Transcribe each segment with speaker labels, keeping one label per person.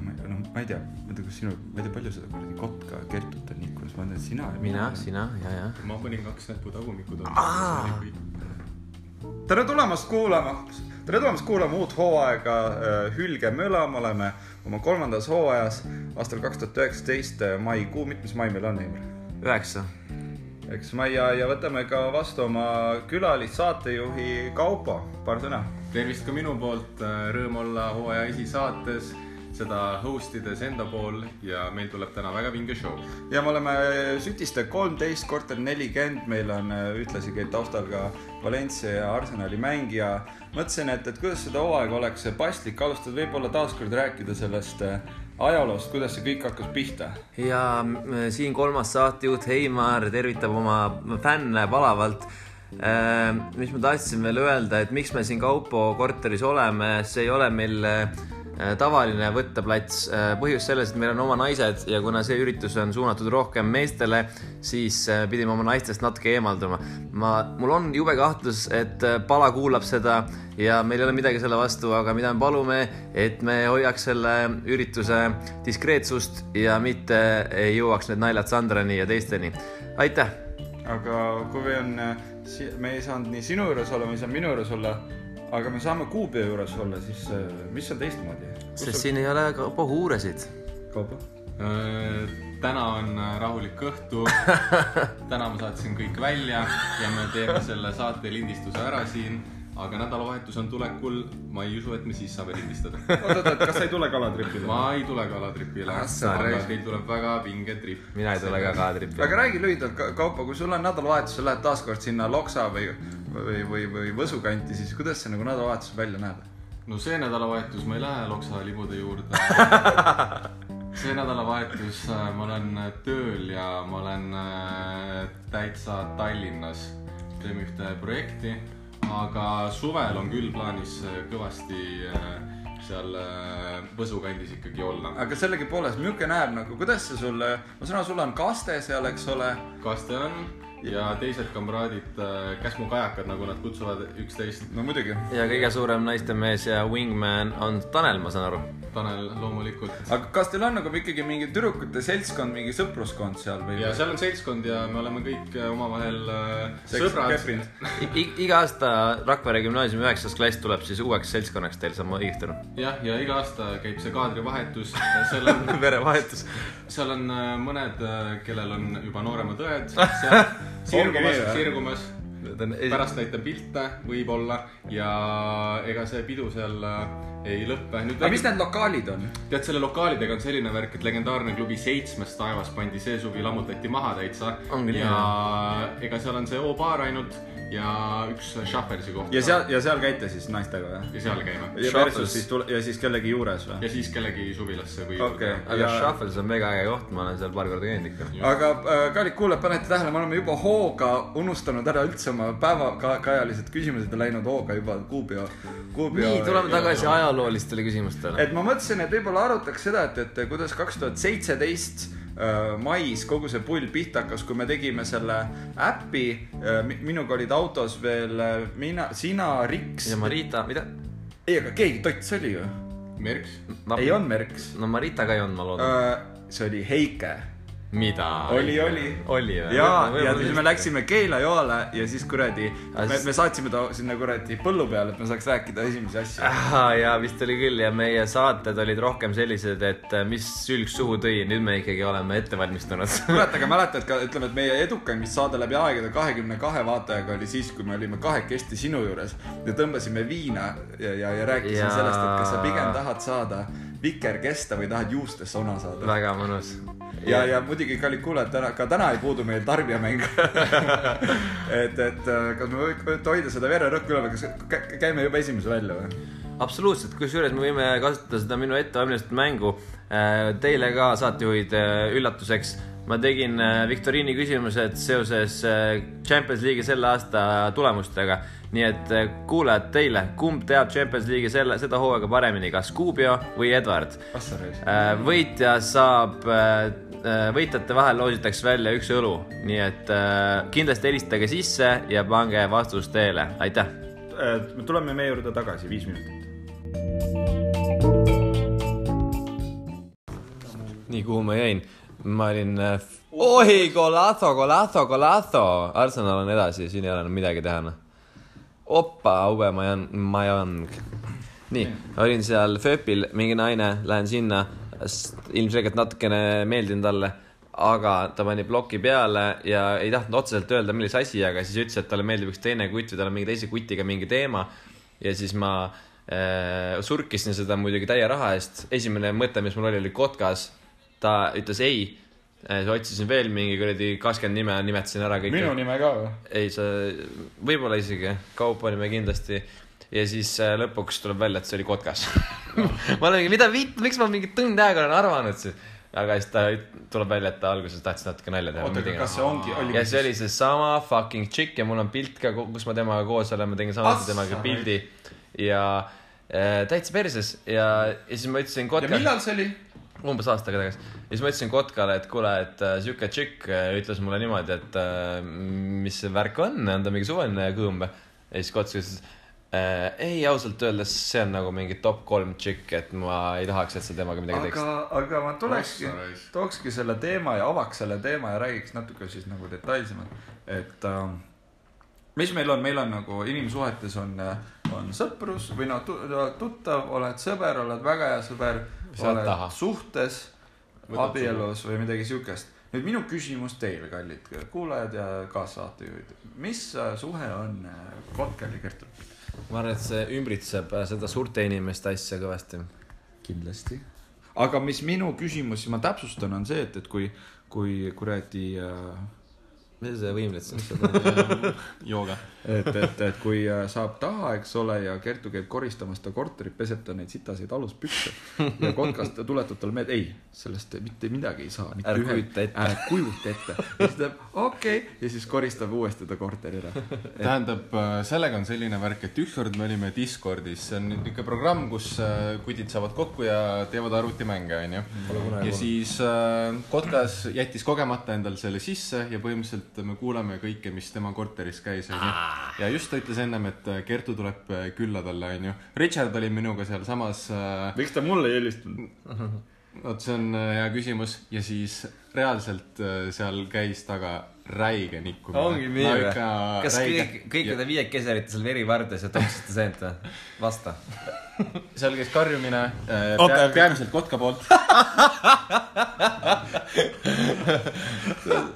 Speaker 1: ei tea , ma ei tea , kas sinu , ma ei tea , palju seda kuradi kotka Kertut on liikumas , ma tean , et sina .
Speaker 2: mina , sina ja , ja .
Speaker 3: ma panin kaks näppu tagumikku
Speaker 2: Aa!
Speaker 3: tagumikku .
Speaker 1: tere tulemast kuulama , tere tulemast kuulama uut hooaega äh, Hülge möla , me oleme oma kolmandas hooajas aastal kaks tuhat üheksateist äh, maikuu , mitmes mai meil on , Heimar ?
Speaker 2: üheksa .
Speaker 1: eks mai ja , ja võtame ka vastu oma külalissaatejuhi Kaupo , paar sõna .
Speaker 3: tervist ka minu poolt , rõõm olla hooaja esisaates , seda host ides enda pool ja meil tuleb täna väga vinge show .
Speaker 1: ja me oleme Sütiste kolmteist , korter nelikümmend , meil on äh, ühtlasi käib taustal ka Valencia ja Arsenali mängija . mõtlesin , et , et kuidas seda hooaega oleks paslik alustada , võib-olla taaskord rääkida sellest äh, ajaloost , kuidas see kõik hakkas pihta
Speaker 2: ja m- siin kolmas saatejuht Heimar tervitab oma fänne palavalt . mis ma tahtsin veel öelda , et miks me siin Kaupo korteris oleme , see ei ole meil äh, tavaline võtteplats . põhjus selles , et meil on oma naised ja kuna see üritus on suunatud rohkem meestele , siis äh, pidime oma naistest natuke eemalduma . ma , mul on jube kahtlus , et äh, pala kuulab seda ja meil ei ole midagi selle vastu , aga mida me palume , et me hoiaks selle ürituse diskreetsust ja mitte ei jõuaks need naljad Sandrani ja teisteni . aitäh ,
Speaker 1: aga kui me on , me ei saanud nii sinu juures olla , me ei saanud minu juures olla , aga me saame kuupäeva juures olla , siis äh, mis on teistmoodi ?
Speaker 2: sest siin ei ole ka puhuuresid .
Speaker 1: Kaupo ?
Speaker 3: täna on äh, rahulik õhtu . täna ma saatsin kõik välja ja me teeme selle saate lindistuse ära siin , aga nädalavahetus on tulekul . ma ei usu , et me siis saame lindistada .
Speaker 1: oot-oot , kas sa ei tule kalatripile ?
Speaker 3: ma ei tule kalatripile ,
Speaker 1: Ah sa
Speaker 3: aga
Speaker 1: raisk-
Speaker 3: teil tuleb väga vinge trip .
Speaker 2: mina ei tule ka kaadripi .
Speaker 1: aga räägi lühidalt , Kaupo , kui sul on nädalavahetus , sa lähed taaskord sinna Loksa või , või , või , või Võsu kanti , siis kuidas see nagu nädalavahetus välja näeb ?
Speaker 3: no see nädalavahetus ma ei lähe Loksa libude juurde . see nädalavahetus äh, ma olen tööl ja ma olen äh, täitsa Tallinnas , teeme ühte projekti , aga suvel on küll plaanis äh, kõvasti äh, seal äh, Võsu kandis ikkagi olla .
Speaker 1: aga sellegipoolest , milline näeb nagu , kuidas see sulle , ma saan aru , sul on kaste seal , eks ole ,
Speaker 3: kaste on ja teised kamraadid , käsmukajakad , nagu nad kutsuvad üksteist ,
Speaker 1: no muidugi
Speaker 2: ja kõige suurem naistemees ja wingman on Tanel , ma saan aru .
Speaker 3: Tanel loomulikult
Speaker 1: aga kas teil on nagu ikkagi mingi tüdrukute seltskond , mingi sõpruskond seal või ?
Speaker 3: ja seal on seltskond ja me oleme kõik äh, omavahel äh, sõbrad .
Speaker 2: iga aasta Rakvere gümnaasiumi üheksas klass tuleb siis uueks seltskonnaks teil , saan ma õigesti aru ?
Speaker 3: jah , ja iga aasta käib see kaadrivahetus , seal on ,
Speaker 2: verevahetus .
Speaker 3: seal on äh, mõned , kellel on juba nooremad õed seal
Speaker 1: Ongi nii,
Speaker 3: sirgumas
Speaker 1: või? ,
Speaker 3: sirgumas , pärast näitan pilte võib-olla ja ega see pidu seal äh, ei lõppe .
Speaker 1: aga mis need lokaalid on ?
Speaker 3: tead , selle lokaalidega on selline värk , et legendaarne klubi Seitsmes taevas pandi see suvi , lammutati maha täitsa .
Speaker 2: Ongi nii,
Speaker 3: ja ega seal on see O-baar ainult ja üks Shufflesi koht .
Speaker 1: ja seal , ja seal käite siis naistega või ?
Speaker 3: ja seal käime .
Speaker 1: ja versus siis tule- , ja siis kellegi juures või ?
Speaker 3: ja siis kellegi suvilasse või
Speaker 1: Okei.
Speaker 2: aga
Speaker 1: Ja-
Speaker 2: Shuffles on väga äge koht , ma olen seal paar korda käinud ikka .
Speaker 1: aga äh, kallid kuulajad , panete tähele , me oleme juba hooga unustanud ära üldse oma päevakajalised küsimused ja läinud hooga juba kuupeo , kuupeo .
Speaker 2: nii , tuleme tagasi ajaloolistele küsimustele .
Speaker 1: et ma mõtlesin , et võib-olla arutaks seda , et , et kuidas kaks tuhat seitseteist äh, mais kogu see pull pihta hakkas , kui me tegime selle äpi . minuga olid autos veel äh, mina , sina , Riks
Speaker 2: ja . Marita , mida ?
Speaker 1: ei , aga keegi tots oli ju .
Speaker 3: Merks .
Speaker 1: ei olnud Merks .
Speaker 2: no Marita ka ei olnud , ma loodan .
Speaker 1: see oli Heike .
Speaker 2: mida ?
Speaker 1: oli , oli .
Speaker 2: Äh, oli või ?
Speaker 1: ja , ja siis me . läksime Keila joale ja siis kuradi ,
Speaker 2: Aga
Speaker 1: me
Speaker 2: siis- ,
Speaker 1: me saatsime ta sinna kuradi põllu peale , et me saaks rääkida esimesi asju .
Speaker 2: ja vist oli küll ja meie saated olid rohkem sellised , et äh, mis sülg suhu tõi , nüüd me ikkagi oleme ette valmistunud .
Speaker 1: kurat , aga mäletad ka , ütleme , et meie edukaim vist saade läbi aegade kahekümne kahe vaatajaga oli siis , kui me olime kahekesti sinu juures ja tõmbasime viina ja , ja , ja rääkisime
Speaker 2: Jaa.
Speaker 1: sellest , et kas sa pigem tahad saada vikerkesta või tahad juustest ona saada .
Speaker 2: väga mõnus .
Speaker 1: ja , ja muidugi , kallid kuulajad , täna , ka täna ei puudu meil tarbijamäng . et , et äh, kas me võime hoida seda vererõhku üleval , kas kä- käime juba esimese välja või ?
Speaker 2: absoluutselt , kusjuures me võime kasutada seda minu ettevalmistatud mängu äh, teile ka saatejuhid äh, üllatuseks . ma tegin äh, viktoriini küsimused seoses äh, Champions League'i selle aasta tulemustega . nii et äh, kuulajad teile , kumb teab Champions League'i selle , seda hooaega paremini , kas Kubio või Edward ?
Speaker 1: ah sa raisk .
Speaker 2: võitja saab , võitjate vahel loositakse välja üks õlu , nii et äh, kindlasti helistage sisse ja pange vastus teele , aitäh .
Speaker 1: Äh, tuleme meie juurde tagasi , viis minutit .
Speaker 2: nii kuhu ma jäin , ma olin äh, oi , golazo , golazo , golazo , Arsenal on edasi , siin ei ole enam midagi teha , noh . opa , Aube Majan- , Majang . nii , olin seal FÖÖPil , mingi naine , lähen sinna , ilmselgelt natukene meeldin talle , aga ta pani ploki peale ja ei tahtnud otseselt öelda , milles asi , aga siis ütles , et talle meeldib üks teine kutt või tal on mingi teise kutiga mingi teema ja siis ma äh, surkisin seda muidugi täie raha eest , esimene mõte , mis mul oli , oli kotkas . ta ütles ei , siis otsisin veel mingi kuradi kakskümmend nime , nimetasin ära kõik .
Speaker 1: minu nime ka või ?
Speaker 2: ei , sa , võib-olla isegi , kaupa olime kindlasti ja siis äh, lõpuks tuleb välja , et see oli kotkas . ma olen , mida vitt , miks ma mingi tund aega olen arvanud siis , aga siis ta üt- tuleb välja , et ta alguses tahtis natuke nalja teha .
Speaker 1: oota , aga kas see ongi ,
Speaker 2: ja
Speaker 1: oligi
Speaker 2: see oli seesama fucking chick ja mul on pilt ka , kus ma temaga koos olen , ma tegin samuti
Speaker 1: Assa,
Speaker 2: temaga pildi ja äh, täitsa perses ja , ja siis ma ütlesin
Speaker 1: ja
Speaker 2: kotkale ,
Speaker 1: millal see oli ?
Speaker 2: umbes aasta aega tagasi , ja siis ma ütlesin kotkale , et kuule , et äh, sihuke chick äh, ütles mulle niimoodi , et äh, mis see värk on , on ta mingi suvaline kõõm või ? ja siis kots ütles äh, ei , ausalt öeldes see on nagu mingi top kolm chick , et ma ei tahaks , et sa temaga midagi
Speaker 1: aga
Speaker 2: teeksid .,
Speaker 1: aga ma tulekski
Speaker 3: Ossa raisk. ,
Speaker 1: tookski selle teema ja avaks selle teema ja räägiks natuke siis nagu detailsemalt , et ähm, mis meil on , meil on nagu inimsuhetes on , on sõprus või noh , tuttav , oled sõber , oled väga hea sõber ,
Speaker 2: Mis sa
Speaker 1: oled
Speaker 2: taha?
Speaker 1: suhtes ,
Speaker 3: Võtad
Speaker 1: abielus või midagi siukest . nüüd minu küsimus teile , kallid kuulajad ja kaassaatejuhid , mis äh, suhe on äh, Kotkel ja Kertul ?
Speaker 2: ma arvan , et see ümbritseb äh, seda suurte inimeste asja kõvasti .
Speaker 1: kindlasti . aga mis minu küsimus , ma täpsustan , on see , et , et kui , kui äh, kuradi ,
Speaker 2: mis see võimlitsus on ?
Speaker 3: jooga .
Speaker 1: et , et , et kui äh, saab taha , eks ole , ja Kertu käib koristamas ta korterit , peseb ta neid sitaseid aluspükse ja kotkas ta tuletab talle meelde , ei , sellest mitte midagi ei saa .
Speaker 2: Ära kujuta ette.
Speaker 1: ära kujuta ette . ja siis ta ütleb okei okay. ja siis koristab uuesti ta korteri ära .
Speaker 3: tähendab , sellega on selline värk , et ükskord me olime Discordis , see on niisugune programm , kus äh, kutid saavad kokku ja teevad arvutimänge , onju . ja siis äh, Kotkas jättis kogemata endal selle sisse ja põhimõtteliselt me kuulame kõike , mis tema korteris käis , onju . ja just ta ütles ennem , et äh, Kertu tuleb äh, külla talle , onju . Richard oli minuga sealsamas äh,
Speaker 1: miks ta mulle ei helistanud ?
Speaker 3: vot see on äh, hea küsimus ja siis reaalselt äh, seal käis taga räige nikkumine .
Speaker 2: ongi nii või ? kas kõik , kõikide viiekesi olite seal verivardes ja topsite seent või ? vasta .
Speaker 3: seal käis karjumine äh,
Speaker 2: Oota,
Speaker 3: pea,
Speaker 2: aga-
Speaker 3: peamiselt kotka poolt .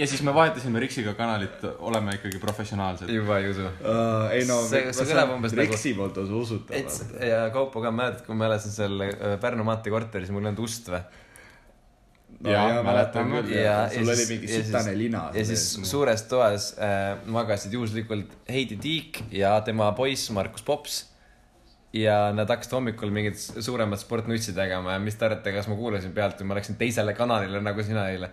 Speaker 3: ja siis me vahetasime Riksiga kanalit , oleme ikkagi professionaalsed .
Speaker 2: juba ei usu .
Speaker 1: Äh, ei no ,
Speaker 2: See- see kõlab umbes nagu-
Speaker 1: Riksi poolt on see usutav .
Speaker 2: et ja Kaupo ka mäletad , kui ma elasin seal äh, Pärnu maantee korteris , mul ei olnud ust või ?
Speaker 1: No jaa,
Speaker 3: Jaa,
Speaker 1: mäletan
Speaker 3: mäletan
Speaker 1: küll , sul oli mingi sitane lina .
Speaker 2: ja siis suures toas äh, magasid juhuslikult Heidi Tiik ja tema poiss Markus Pops . ja nad hakkasid hommikul mingit s- suuremat sportnutsi tegema ja mis te arvate , kas ma kuulasin pealt või ma läksin teisele kanalile nagu sina eile ?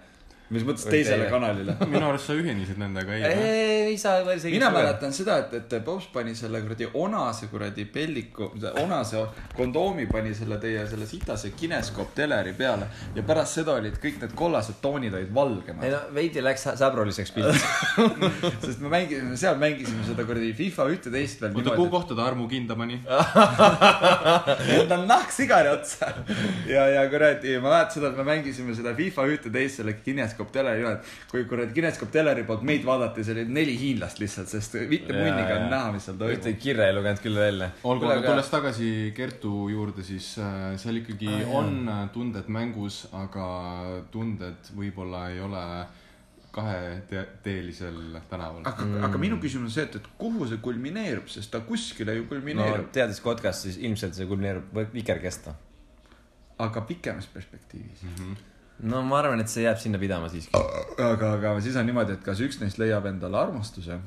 Speaker 1: mis mõttes
Speaker 2: Või
Speaker 1: teisele
Speaker 2: teie?
Speaker 1: kanalile ?
Speaker 3: minu arust sa ühinesid nendega , ei ?
Speaker 2: ei , sa veel isegi .
Speaker 1: mina mäletan seda , et , et Pops pani selle kuradi onase kuradi pelliku , onase kondoomi pani selle teie selle sitase kineskoop teleri peale ja pärast seda olid kõik need kollased toonid olid
Speaker 2: ei
Speaker 1: valgemad ,
Speaker 2: no veidi läks sä- säbruliseks pilt .
Speaker 1: sest me mängisime , seal mängisime seda kuradi FIFA ühte-teist veel
Speaker 3: oota , kuhu
Speaker 1: niimoodi ,
Speaker 3: kohta ta Armu kinda pani ?
Speaker 1: et tal nahk sigari otsa ja , ja kuradi , ma mäletan seda , et me mängisime seda FIFA ühte-teist selle kineskoop teleri peal , kui kuradi kineskoop teleri poolt meid vaadati , see oli neli hiinlast lihtsalt , sest mitte
Speaker 2: Jaa,
Speaker 1: munniga
Speaker 2: jaa.
Speaker 1: on näha , mis seal toimub
Speaker 2: ühtegi kirja ei lugenud küll välja .
Speaker 3: olgu , aga tulles tagasi Kertu juurde , siis äh, seal ikkagi ah, on äh, tunded mängus , aga tunded võib-olla ei ole kaheteelisel tänaval .
Speaker 1: aga mm. , aga minu küsimus on see , et , et kuhu see kulmineerub , sest ta kuskile ju
Speaker 2: no
Speaker 1: kulmineerub no. ,
Speaker 2: teades kotkast , siis ilmselt see kulmineerub või- vikerkesta .
Speaker 1: aga pikemas perspektiivis mm .
Speaker 2: no ma arvan , et see jääb sinna pidama siiski .
Speaker 1: -hmm. aga , aga siis on niimoodi , et kas üks neist leiab endale armastuse ?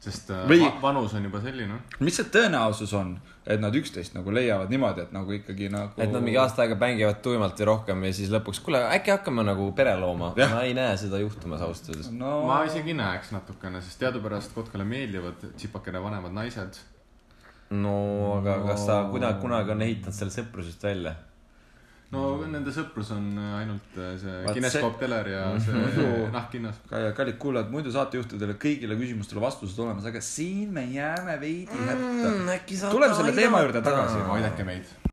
Speaker 3: sest äh,
Speaker 1: Või-
Speaker 3: va- vanus on juba selline . noh.
Speaker 1: mis see tõenäosus on , et nad üksteist nagu leiavad niimoodi , et nagu ikkagi nagu
Speaker 2: et nad mingi aasta aega mängivad tuimalt ja rohkem ja siis lõpuks , kuule , äkki hakkame nagu pere looma .
Speaker 1: Jah.
Speaker 2: ma ei näe seda juhtumas ausalt öeldes .
Speaker 1: no
Speaker 3: ma isegi näeks natukene , sest teadupärast Kotkale meeldivad tsipakene vanemad naised .
Speaker 2: no aga no. kas sa kuidagi kunagi on ehitanud selle sõprusest välja ?
Speaker 3: no nende sõprus on ainult äh, see
Speaker 2: Vaat
Speaker 3: kineskoop teler ja see nahkhinnas .
Speaker 1: Kaia , kallid kuulajad , muidu saatejuhtidele kõigile küsimustele vastused olemas , aga siin me jääme veidi hätta mm, .
Speaker 2: äkki
Speaker 1: tuleme selle teema juurde tagasi .
Speaker 3: aidake meid